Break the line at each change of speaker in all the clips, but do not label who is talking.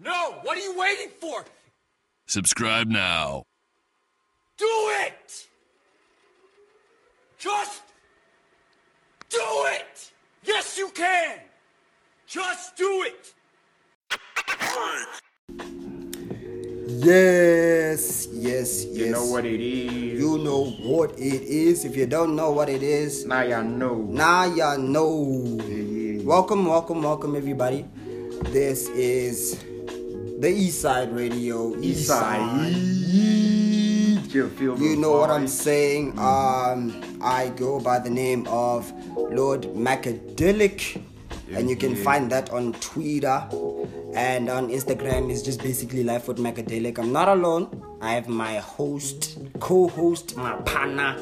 No! What are you waiting for?
Subscribe now.
Do it! Just do it! Yes, you can! Just do it!
Yes, yes, yes.
You know what it is.
You know what it is. If you don't know what it is,
Now y'all know.
now y'all know.
Yeah.
Welcome, welcome, welcome, everybody. This is the East Side Radio.
East Side. You feel me,
You know what I'm
boy? Mm.
saying? Um, I go by the name of Lord Macadelic, and you can
Yeah.
find that on Twitter and on Instagram. It's just basically Life with Macadelic. I'm not alone. I have my host, co-host, my partner.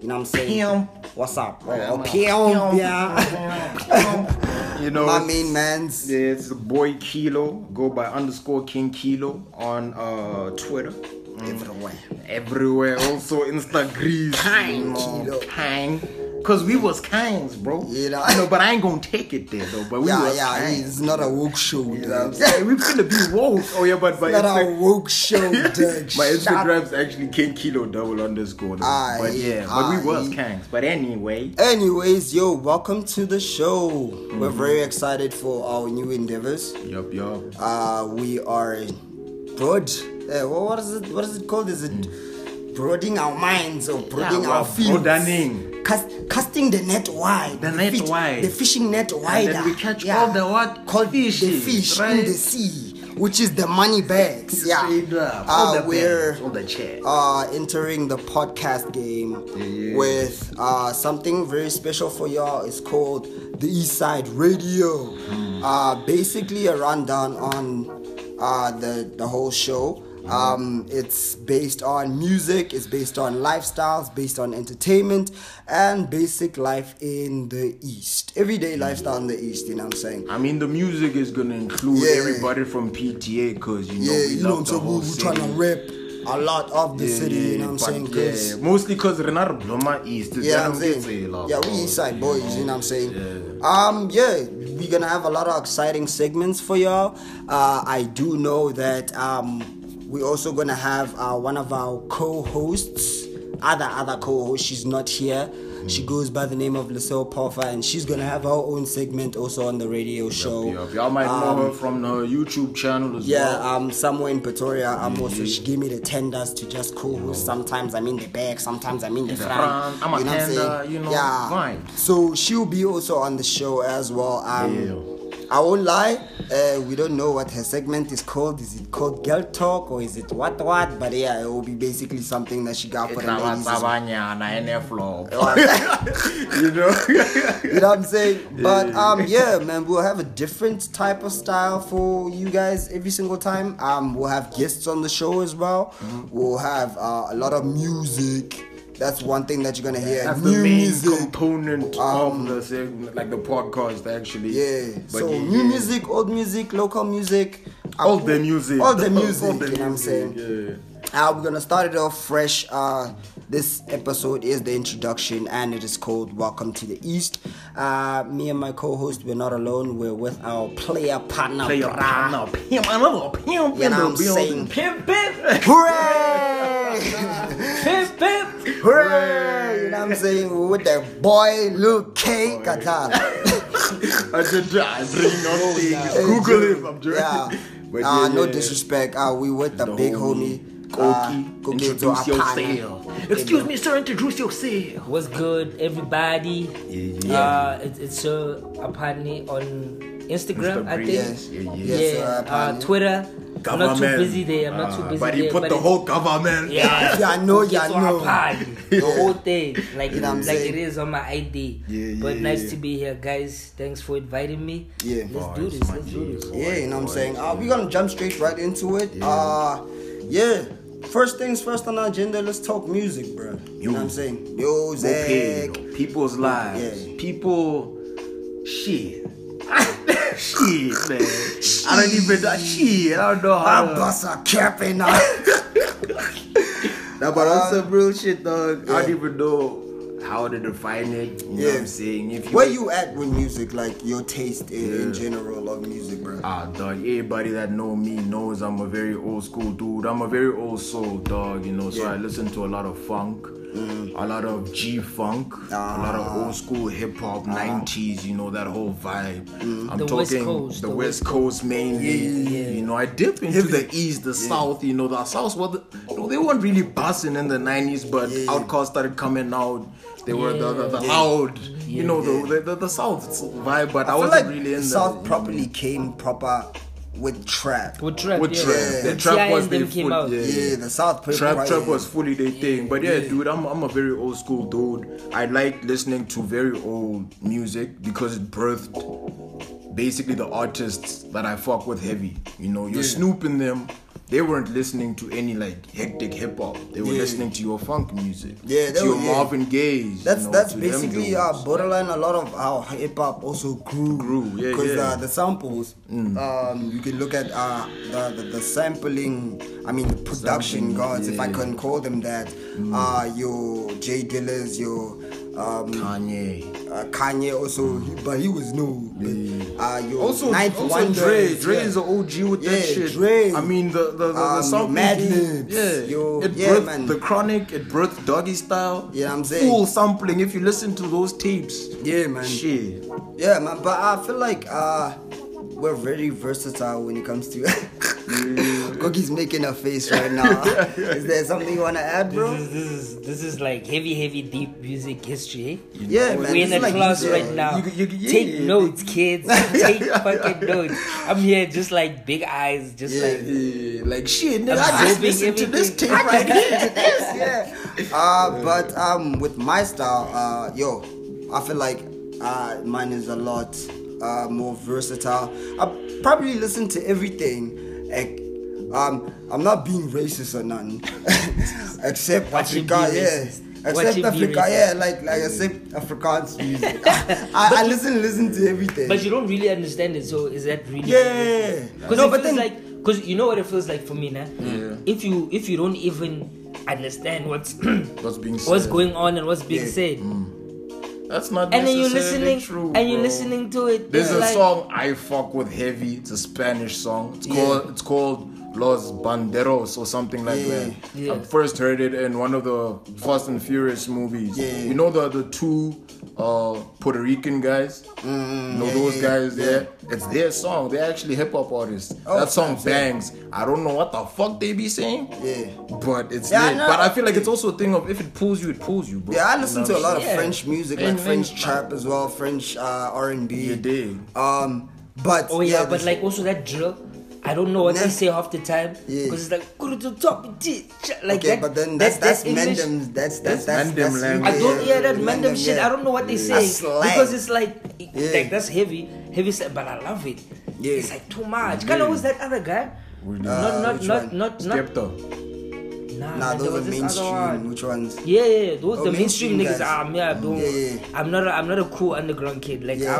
You know what I'm saying?
Pim.
What's up? Oh,
I'm a-
Pim, yeah.
You know.
My
it's-
main man's.
Yeah, it's the boy Kilo. Go by underscore King Kilo on uh, Twitter. Everywhere. Everywhere. Also Instagram.
Kind, Kilo.
Cause we was kinds, bro.
You know.
No, but I ain't gonna take it there though. But we
Yeah,
was
yeah, uh,
kind.
it's not a woke show,
You know what I'm
dude.
saying? we finna be woke. Oh yeah, but but
Not
it's
a
like-
woke show, dude.
My
Shut up.
Instagram's actually King Kilo double underscore. though.
Aye,
but yeah, but
aye.
we was kangs. But anyway,
Anyways, yo, welcome to the show. We're very excited for our new endeavors.
yup yup.
Uh, we are broad. eh, wha- what is it? What is it called? Is it broadening our minds or broadening
we're
our fields?
broadening.
Cast, casting the net wide.
The net wide.
The fishing net wider.
we catch all the what?
Called the
Fishes,
fish in
right?
the sea, which is the money bags. Yeah.
Straight up.
Uh,
All the
we're
bags, Oh all the chairs.
uh, entering the podcast game
Yeah.
with uh, something very special for y'all. It's called the East Side Radio.
Hmm.
Uh, basically, a rundown on uh, the the whole show.
Hmm.
Um, it's based on music, it's based on lifestyles, based on entertainment, and basic life in the East. Everyday lifestyle in the East, you know what I'm saying?
Hmm. I mean, the music is gonna include
Yeah.
everybody from PTA because you know
Yeah,
we
you
love
know what I'm
the
saying?
whole
We're trying to
city.
rep a lot of the
Yeah,
city, you know what I'm
but
saying? 'Cause-
Yeah, mostly because Renar Bloma East. is
Yeah,
that
I'm
what
saying.
they say, love,
yeah, we
bro,
East Side
you
boys. You know what I'm saying. Um, yeah, we're gonna have a lot of exciting segments for y'all. Uh, I do know that um, we're also gonna have uh, one of our co-hosts, other other co-host. She's not here.
Hmm.
She goes by the name of Lisel Poffer, and she's gonna have her own segment also on the radio show. Um,
Yup, Y'all might know her from her YouTube channel as well.
Yeah, um, somewhere in Pretoria, I'm also. She gave me the tenders to just co-host. Sometimes I'm in the back, sometimes I'm in the, front.
front, I'm a
what
tender,
saying?
you know,
yeah.
vibes.
So she'll be also on the show as well. Um,
Yeah.
I won't lie. Uh, we don't know what her segment is called. Is it called Girl Talk or is it what what? But yeah, it will be basically something that she got for the ladies. as well.
Tabanyana and a flop. You know.
you know what I'm saying? But um, yeah, man, we'll have a different type of style for you guys every single time. Um, we'll have guests on the show as well.
Mm-hmm.
We'll have uh, a lot of music. That's one thing that you're gonna hear.
That's
New
the main
music. Um,
component of the segment, like the podcast actually.
Yeah.
But
so
yeah,
new
yeah.
music, old music, local music. um,
all the music,
All the music.
all the
you know what I'm
music,
saying? Uh, we're gonna start it off fresh. Uh, this episode is the introduction, and it is called "Welcome to the East." Uh, me and my co-host, we're not alone. We're with our player partner.
Yeah. Play your
brah.
partner, pimp, another pimp in
You know what
the
I'm saying?
building.
Pimp, pimp,
Hooray!
pimp, pimp.
Hooray! You know what I'm saying? We're with that boy, Luke K. Qatar.
I just I bring on things. Google it. I'm joking.
Yeah.
But
uh,
yeah,
no
yeah.
disrespect. Uh, we with the,
The
big
homie,
homie. Ah,
Koki.
Koki
Introduce
to our partner.
yourself. Excuse me, sir. Introduce yourself.
What's good, everybody?
Yeah, yeah.
Uh, it's, it's your Apani on Instagram, I think.
Yes.
Yeah, yeah.
Yes,
yeah,
uh,
uh,
partner.
Twitter. I'm not too
Government.
busy there. I'm not too
Uh,
busy
But
there.
he put the
it-
whole government.
Yeah,
Yeah, I know, yeah, I
It's on
know.
a pod. The whole thing, like
You know what I'm
like
saying?
it is on my ID.
Yeah,
but
yeah,
nice
yeah.
to be here, guys. Thanks for inviting me.
Yeah.
let's do this. Let's do this.
Yeah, you know what I'm saying? Uh, we're gonna jump straight right into it. Uh, yeah. First things first on our agenda, let's talk music, bro. You know what I'm saying? Music.
Okay, people's lives.
Yeah.
People, shit. shit, man. I don't even know. Shit, I don't know
I
how. to-
bust a cap in her. Uh,
Nah, but that's some real shit, dog. I don't even know how to define it. You know what I'm saying? If
Where you at with music? Like your taste in, in general of music, bro.
Ah, dog. Everybody that know me knows I'm a very old school dude. I'm a very old soul dog, you know. So
Yeah.
I listen to a lot of funk,
Mm.
a lot of G funk, a lot
Ah.
of old school hip hop, 90s, you know, that whole vibe. I'm
Mm. The
talking
West Coast,
the,
the
West
West
Coast mainly.
Yeah.
You know, I dip into the East, the South. You know, the South. Well, the, no, they weren't really busting in the 90s, but Outkast started coming out. They were the, the, the loud, you know, the, the, the the South vibe. But
I
I,
feel
wasn't
like
really in
South
the,
properly came proper with trap.
With trap,
with
yeah.
trap. The
When
trap
T.I.
was
and
their
them came
full-
out.
yeah.
Yeah, the South proper-
Trap trap was fully their thing, but yeah, dude, I'm I'm a very old school dude. I like listening to very old music because it birthed basically the artists that I fuck with heavy. You know, you're snooping them. They weren't listening to any like hectic hip hop. They were
Yeah.
listening to your funk music.
Yeah, they
to your
were- yeah.
Marvin Gaye's. you
That's
know,
that's
to them
basically
dudes.
uh, borderline. A lot of how hip hop also grew,
Grew, yeah,
because
yeah. Mm.
uh, the samples. Um, you can look at uh, the, the the sampling. I mean, the production gods, if I can call them that.
Mm.
Uh, your Jay Dillers, your um,
Kanye.
uh, Kanye also, he- but he was new. But, uh, your
Also,
ninth
also
one
Dre.
Dress,
Dre
yeah.
is the OG with that
Yeah,
shit.
Dre.
I mean, the the the, the
Um,
song
Mad
he-
Libs.
Yeah,
Yo,
it
yeah,
birthed
man.
the Chronic. It birthed Doggy Style.
Yeah, I'm saying.
full sampling. If you listen to those tapes,
Yeah, man.
Shit.
Yeah, man, but I feel like uh, we're very versatile when it comes to. Cookie's making a face right now. Is there something you wanna add,
This
bro?
is, this is this is like heavy, heavy, deep music history. eh?
Yeah, man.
We're
this
in
is
a
like
class
music.
right now.
You- you- yeah,
Take
yeah.
notes, kids. Take fucking notes. I'm here just like big eyes, just like
Yeah, like shit. Nigga, I just
Absorbing
listened to this
everything.
tape right here.
Uh, but um, with my style, uh, yo, I feel like uh, mine is a lot uh, more versatile. I probably listen to everything. Like, um, I'm not being racist or none, except
What you
Africa,
be
yeah.
racist? What
Except
you be
Africa,
racist?
yeah, like like except Afrikaans music. I, I listen listen to everything.
But you don't really understand it, so is that really?
Yeah.
Because
No,
it
but then-
feels like, because you know what it feels like for me, nah. If you if you don't even understand what's
What's being said?
what's going on and what's being
Yeah. Mm.
said,
That's not
and
necessarily
then you're listening
true,
and you're
bro.
listening to it.
There's
it's
a
like,
song I fuck with heavy. It's a Spanish song. It's called it's called Los Banderos or something like that.
Yeah.
I first heard it in one of the Fast and Furious movies.
Yeah.
You know the the two uh, Puerto Rican guys.
Mm,
you know those guys there. It's their song. They're actually hip hop artists.
Oh,
that song
snaps, yeah.
bangs. I don't know what the fuck they be saying.
Yeah.
But it's
Yeah, I
lit.
know.
But I feel like it's also a thing of if it pulls you, it pulls you, bro.
Yeah, I listen
You know
to a
what
lot
I'm
of
Yeah.
French music, like
Ain't
French
really-
trap as well, French uh, R and B.
You dig.
Um, but
Oh yeah, but
this-
like also that drill. I don't know what
Nah.
they say half the time because
Yeah.
it's like "Go to the top, di- ch-" like
okay,
that.
but then that's that's,
English.
Mandem. That's that's
That's
that's,
Mandem
that's
language.
I don't hear that
Mandem,
Mandem shit.
yeah. Mm.
I don't know what they
Yeah.
say
A slang.
because it's like,
Yeah.
like that's heavy, heavy stuff. But I love it.
Yeah.
It's like too much. Kind of was that other guy?
Uh,
not not
which
not,
one?
not not
Skepta.
Nah,
Nah,
there
those are
was this other
mainstream.
one.
Which ones?
Yeah, yeah, yeah, those
Oh,
the mainstream
mainstream
niggas.
guys.
Ah, me, I don't.
Yeah, yeah.
I'm not. A, I'm not a cool underground kid. Like,
Yeah.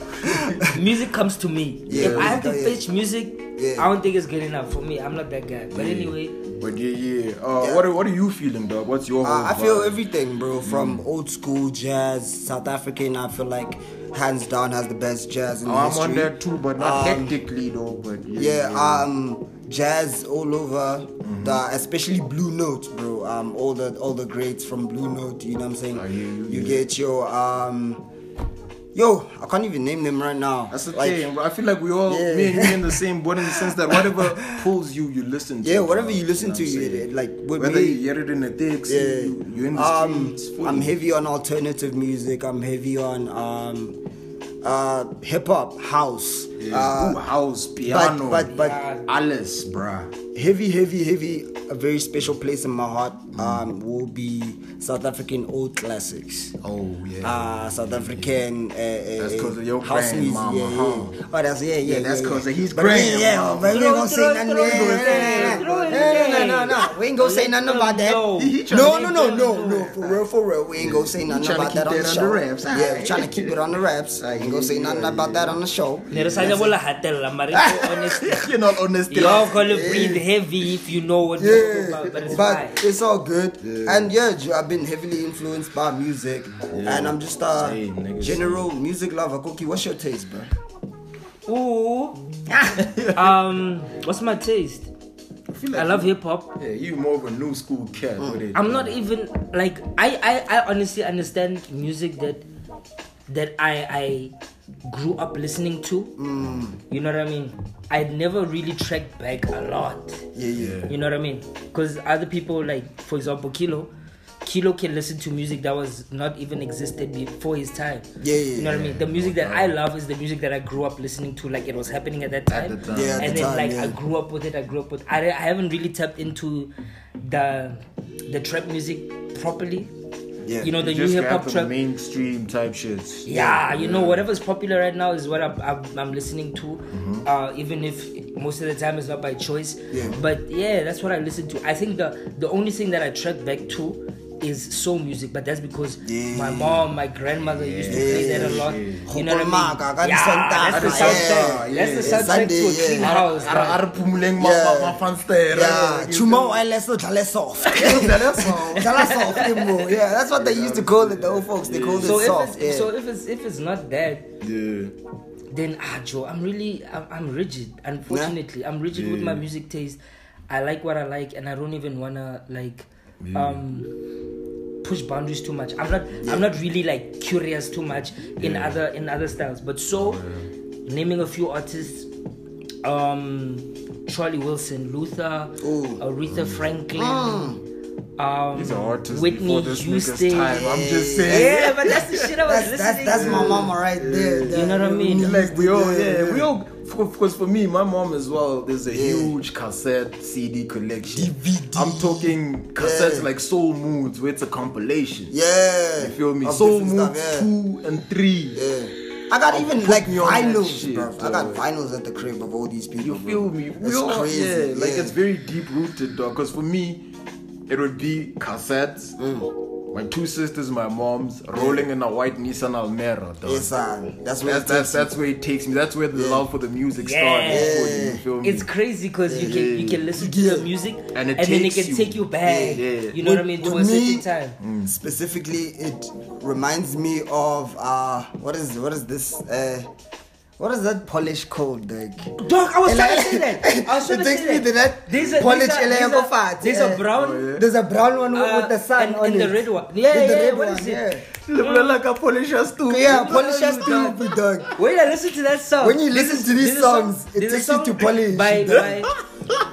I'm, music comes to me.
Yeah,
if I have to
music, yeah.
fetch music,
Yeah.
I don't think it's good enough for me. I'm not that guy. But anyway,
But yeah, yeah. Uh,
Yeah.
What are, what are you feeling, dog? What's your whole
Uh, I feel
vibe?
everything,
Mm.
bro. From old school jazz, South African. I feel like hands down has the best jazz in
Oh, I'm
history.
on that too, but
Um,
not hectically though. But
Yeah, um, jazz all over, the, especially Blue Note, bro. Um, all the all the greats from Blue Note. You know what I'm saying?
I hear you,
you
yeah.
get your um, yo, I can't even name them right now.
that's the
Like,
thing. bro. I feel like we all,
Yeah.
me and you, in the same boat in the sense that whatever pulls you, you listen to.
Yeah, whatever
bro.
you listen
know
to,
what I'm
you
saying?
like with
whether
me.
you hear it in the dicks,
Yeah.
you, you in the
um,
streets.
I'm
fully.
heavy on alternative music. I'm heavy on um, uh, hip hop, house,
Yeah.
uh,
Ooh, house, piano,
but- but-
Alice, bruh.
heavy, heavy, heavy. A very special place in my heart um, will be South African old classics.
Oh yeah.
Uh, South African. Uh,
That's 'cause of your
house music,
grandmama,
yeah, yeah.
huh?
Oh, that's yeah, yeah.
Yeah, that's 'cause of his
But we- Yeah,
grandmama.
but we ain't gonna say
Throw it,
nothing.
throw it, throw it, throw it,
Yeah,
throw
yeah,
it.
No, no, no, no. We ain't gonna say nothing about that.
No. He- he
No,
to
no, no,
make
no,
them
no. For real, for real, we ain't gonna say nothing
tryna
about
keep
that on
that
the
under
show.
wraps,
Yeah,
aight.
we trying to keep it on the wraps. You ain't gonna say nothing about that on the show.
Ne re sa ja bola hatella, mara it's so honest.
You're not honest.
Y'all gonna breathe heavy if you know what you're talking
Yeah,
about, but it's fine.
but it's all good. And yeah, Ju- I've been heavily influenced by music, and I'm just a
Same, nigga,
general music lover. Koki, what's your taste, bro?
Ooh. um, what's my taste? I love hip hop.
Yeah, you more of a new school cat
Mm.
with it.
I'm not even like I, I I honestly understand music that that I I grew up listening to. You know what I mean? I never really tracked back a lot.
Yeah, yeah.
You know what I mean? Because other people, like for example, Kilo, Kilo can listen to music that was not even existed before his time.
Yeah, yeah,
You know what I
yeah.
mean? The music that I love is the music that I grew up listening to. Like it was happening at that time.
the time.
Yeah, at
and
the
then
time,
like
yeah.
I grew up with it. I grew up with. I, I haven't really tapped into the the trap music properly.
Yeah,
You know the
You
new
just
hip
grab
hop
the
trap.
mainstream type shits.
Yeah, you know, whatever's popular right now is what I'm, I'm, I'm listening to, uh, even if most of the time it's not by choice.
Mm-hmm. Yeah.
But yeah, that's what I listen to. I think the the only thing that I track back to is soul music, but that's because my mom, my grandmother used to play that a lot. You know what I
Hokomaka,
mean?
ka disanta,
that's the
yeah,
soundtrack. that's the
yeah.
soundtrack to a
Sunday,
clean
yeah.
house.
Ara-
man.
ara phumuleng ma-
Yeah.
ma- ma fanstera.
Yeah,
You
chuma o eleso dlale soft. Dlale soft. Dlale soft, ke mo. Yeah, that's what they used to call it. The old folks they called it
So if
soft.
it's
yeah.
so if it's if it's not that,
feel- Yeah.
then ah Joe, I'm really I'm, I'm rigid. Unfortunately, I'm rigid with my music taste. I like what I like, and I don't even wanna like um push boundaries too much. I'm not I'm not really like curious too much in other in other styles. But so naming a few artists, um, Charlie Wilson, Luther,
Ooh. Mm.
Aretha Franklin. Um,
These are artists
Whitney
before this
Houston.
nigga's time. I'm just saying.
Yeah, but that's the shit I was
that's, that's
listening
that's
to.
my mama right there.
You know what I mean?
Yeah.
Like we all,
Yeah.
yeah, we all. Because for me, my mom as well. There's a huge cassette CD collection.
DVD.
I'm talking cassettes
Yeah.
like Soul Moods, where it's a compilation.
Yeah.
you feel me?
Of
Soul
different stuff,
Moods
yeah.
two and three.
I got even like
me on that
vinyls,
shit,
bro. I got
dog.
vinyls at the crib of all these people.
You feel me?
It's
We all,
crazy.
Yeah, like
yeah.
it's very deep rooted, dog. Because for me, it would be cassettes.
Mm.
My two sisters, my mom's, rolling in a white Nissan Almera, dog.
Yes, sir. That's where
That's,
it
that's,
takes you.
that's where it takes me. That's where the love for the music
Yeah.
starts. for you, you feel me?
It's crazy because you can you can listen to the music
And it
then it
takes
can
you.
take you back.
Yeah, yeah.
You know what I mean? To a
With me-
certain time.
Specifically, it reminds me of uh, what is what is this? Uh, what is that Polish called? Like
Dog, I was
And
trying to
like-
say that. I was
it
trying to
takes
say
me
that.
to that
There's a
Polish
there's a,
Elenko
there's a,
fat.
there's
yeah.
a brown
There's a brown one with-
uh,
with the sun
and,
on
and
it.
the red one. Yeah,
With
yeah,
the
yeah.
red
What
one,
is
yeah.
it?
like a Polish stool.
Yeah, Polish has to be dog.
Wait, I listen to that song.
When you listen to these
there's a song-
songs, it
there's a
takes you
song
to Polish.
By, by,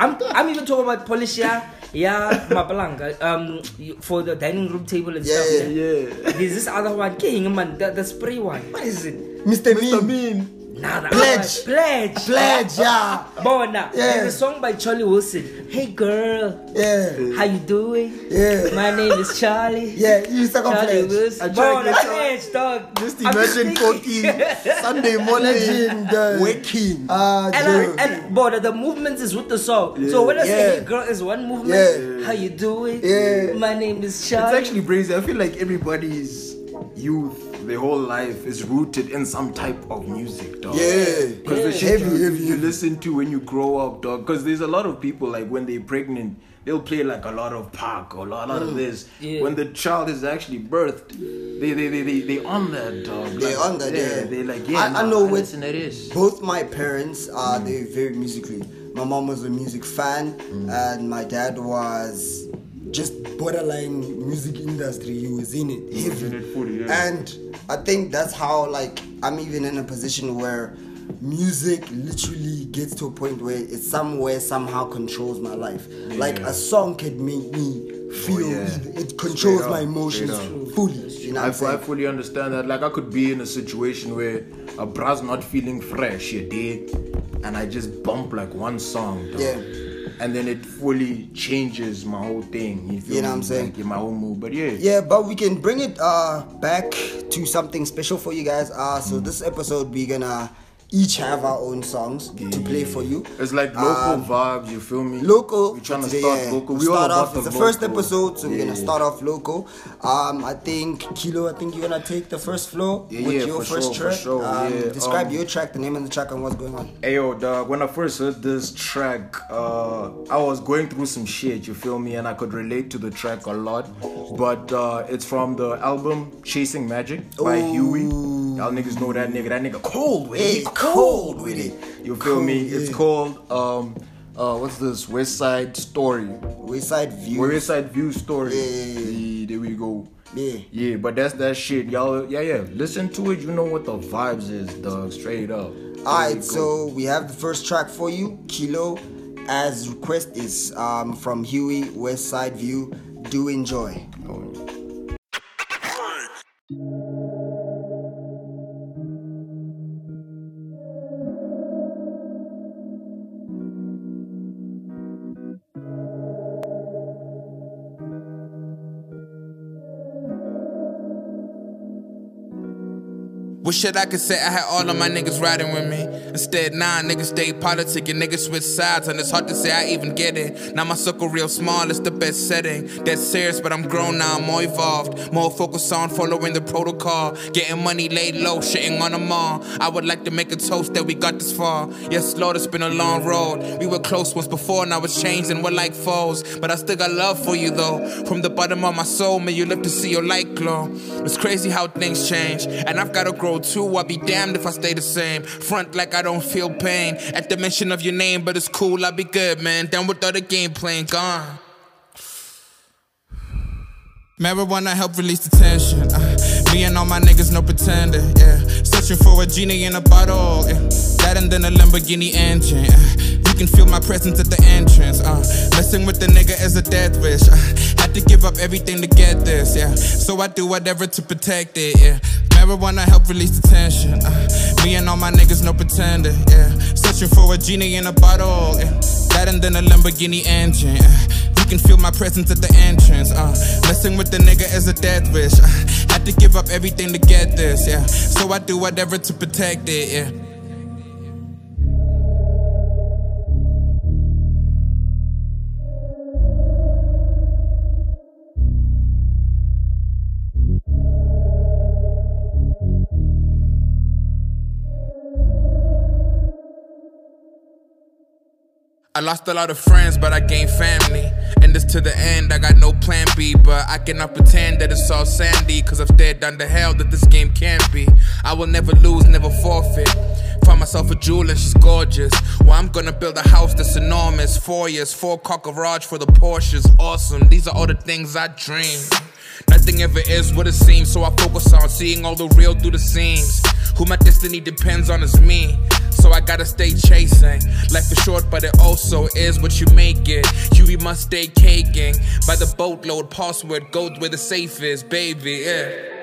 I'm, I'm even talking about Polish, yeah, yeah, Mapalanga, um, for the dining room table and
Yeah,
stuff.
yeah,
There's this other one, King Man, the, the spray one. What is it?
Mr.
I
Mean.
mean,
Nah, nah,
Pledge.
Pledge.
Pledge, yeah.
Bona.
Yeah.
There's a song by Charlie Wilson. Hey girl,
Yeah.
how you doing?
Yeah.
My name is Charlie.
Yeah, you second
Charlie
pledge.
Wilson.
I tried
Bona,
to-
Pledge, dog.
just
I'm just
imagine
thinking.
fucking Sunday morning
Legend, dog.
waking.
Uh,
And,
dude.
I, and Bona, the movement is with the song. So when I
Yeah.
say hey girl is one movement,
Yeah.
how you doing?
Yeah.
My name is
It's
Charlie.
actually crazy. I feel like everybody's youth, their whole life is rooted in some type of music, dog.
Yeah.
Because
Yeah.
the shit
Heavy,
you,
heavy,
you
heavy.
listen to when you grow up, dog. Because there's a lot of people like when they're pregnant, they'll play like a lot of park or a lot, a lot of this.
Mm. Yeah.
When the child is actually birthed, they they they they, they on that dog.
They
Like,
on that, yeah.
They like yeah.
I- I
nah,
know with-
listen to this.
both my parents uh, they were very musically my mom was a music fan
Mm.
and my dad was just borderline music industry he was in it heavy
in it fully, yeah.
and i think that's how like i'm even in a position where music literally gets to a point where it somewhere somehow controls my life like a song can make me feel
Oh, yeah.
it, it controls
up,
my
straight
emotions
up.
fully you know what
I,
i'm
fu- I
saying
fully understand that. Like I could be in a situation where a bra's not feeling fresh, you did, and I just bump like one song, dog.
Yeah.
and then it fully changes my whole thing. You, feel
You know what I'm
me?
saying?
Like in my whole mood, but yeah,
Yeah, but we can
Mm.
bring it uh back to something special for you guys. Uh so this episode we're gonna each have our own songs to play for you. Um,
It's like local vibes, you feel me?
Local.
We're trying to
today,
start
yeah.
local.
We
We all
start
about
off.
the
It's the first
local.
episode, so we're
Yeah.
gonna start off local. Um, I think Kilo. I think you're gonna take the first floor
Yeah,
with
yeah,
your
for
first
sure, for
track.
sure,
um,
yeah,
Describe
um,
your track, the name of the track, and what's going on.
Ayo, dog, when I first heard this track, uh, I was going through some shit, you feel me? And I could relate to the track a lot. But uh, it's from the album Chasing Magic by Huey. Y'all niggas know that nigga. That nigga cold with
Hey,
it.
cold with it.
You feel me?
Cold,
It's
yeah.
called, um, uh, what's this? West Side Story.
Wayside View.
West Side View Story.
Yeah.
Yeah, there we go.
Yeah.
Yeah, but that's that shit. Y'all, yeah, yeah. Listen to it. You know what the vibes is, dog. Straight up. There we
Alright,
go.
so we have the first track for you, Kilo, as request is um, from Huey West Side View. Do enjoy.
Wish that I could say I had all of my niggas riding with me. Instead, nine niggas stay politic and niggas switch sides, and it's hard to say I even get it. Now my circle real small, it's the best setting. That's serious, but I'm grown now, I'm more evolved. More focused on following the protocol. Getting money laid low, shitting on them all. I would like to make a toast that we got this far. Yes, Lord, it's been a long road. We were close once before, now it's changed and we're like foes. But I still got love for you though. From the bottom of my soul, may you live to see your light glow. It's crazy how things change, and I've gotta grow too. I'll be damned if I stay the same. Front like I don't feel pain at the mention of your name, but it's cool, I'll be good, man. Done with all the game playing, gone. Marijuana help release the tension. Uh, me and all my niggas, no pretender. Yeah, searching for a genie in a bottle. Yeah, that and then a Lamborghini engine. yeah. you can feel my presence at the entrance. Uh, messing with the nigga is a death wish. Uh, had to give up everything to get this. Yeah, so I do whatever to protect it. Yeah, marijuana help release the tension. Uh, me and all my niggas, no pretender. Yeah, searching for a genie in a bottle. Yeah, that and then a Lamborghini engine. uh. yeah. You can feel my presence at the entrance. Uh, messing with the nigga is a death wish. Uh, had to give up everything to get this, yeah. So I do whatever to protect it, yeah. I lost a lot of friends, but I gained family. And this to the end, I got no plan B. But I cannot pretend that it's all sandy, cause I've stared down the hell that this game can't be. I will never lose, never forfeit. Find myself a jewel and she's gorgeous. Well, I'm gonna build a house that's enormous. Four years, four car garage for the Porsches. Awesome, these are all the things I dream. Nothing ever is what it seems, so I focus on seeing all the real through the seams. Who my destiny depends on is me. So I gotta stay chasing. Life is short, but it also is what you make it. You we must stay caking by the boatload, password, gold where the safe is, baby. Yeah.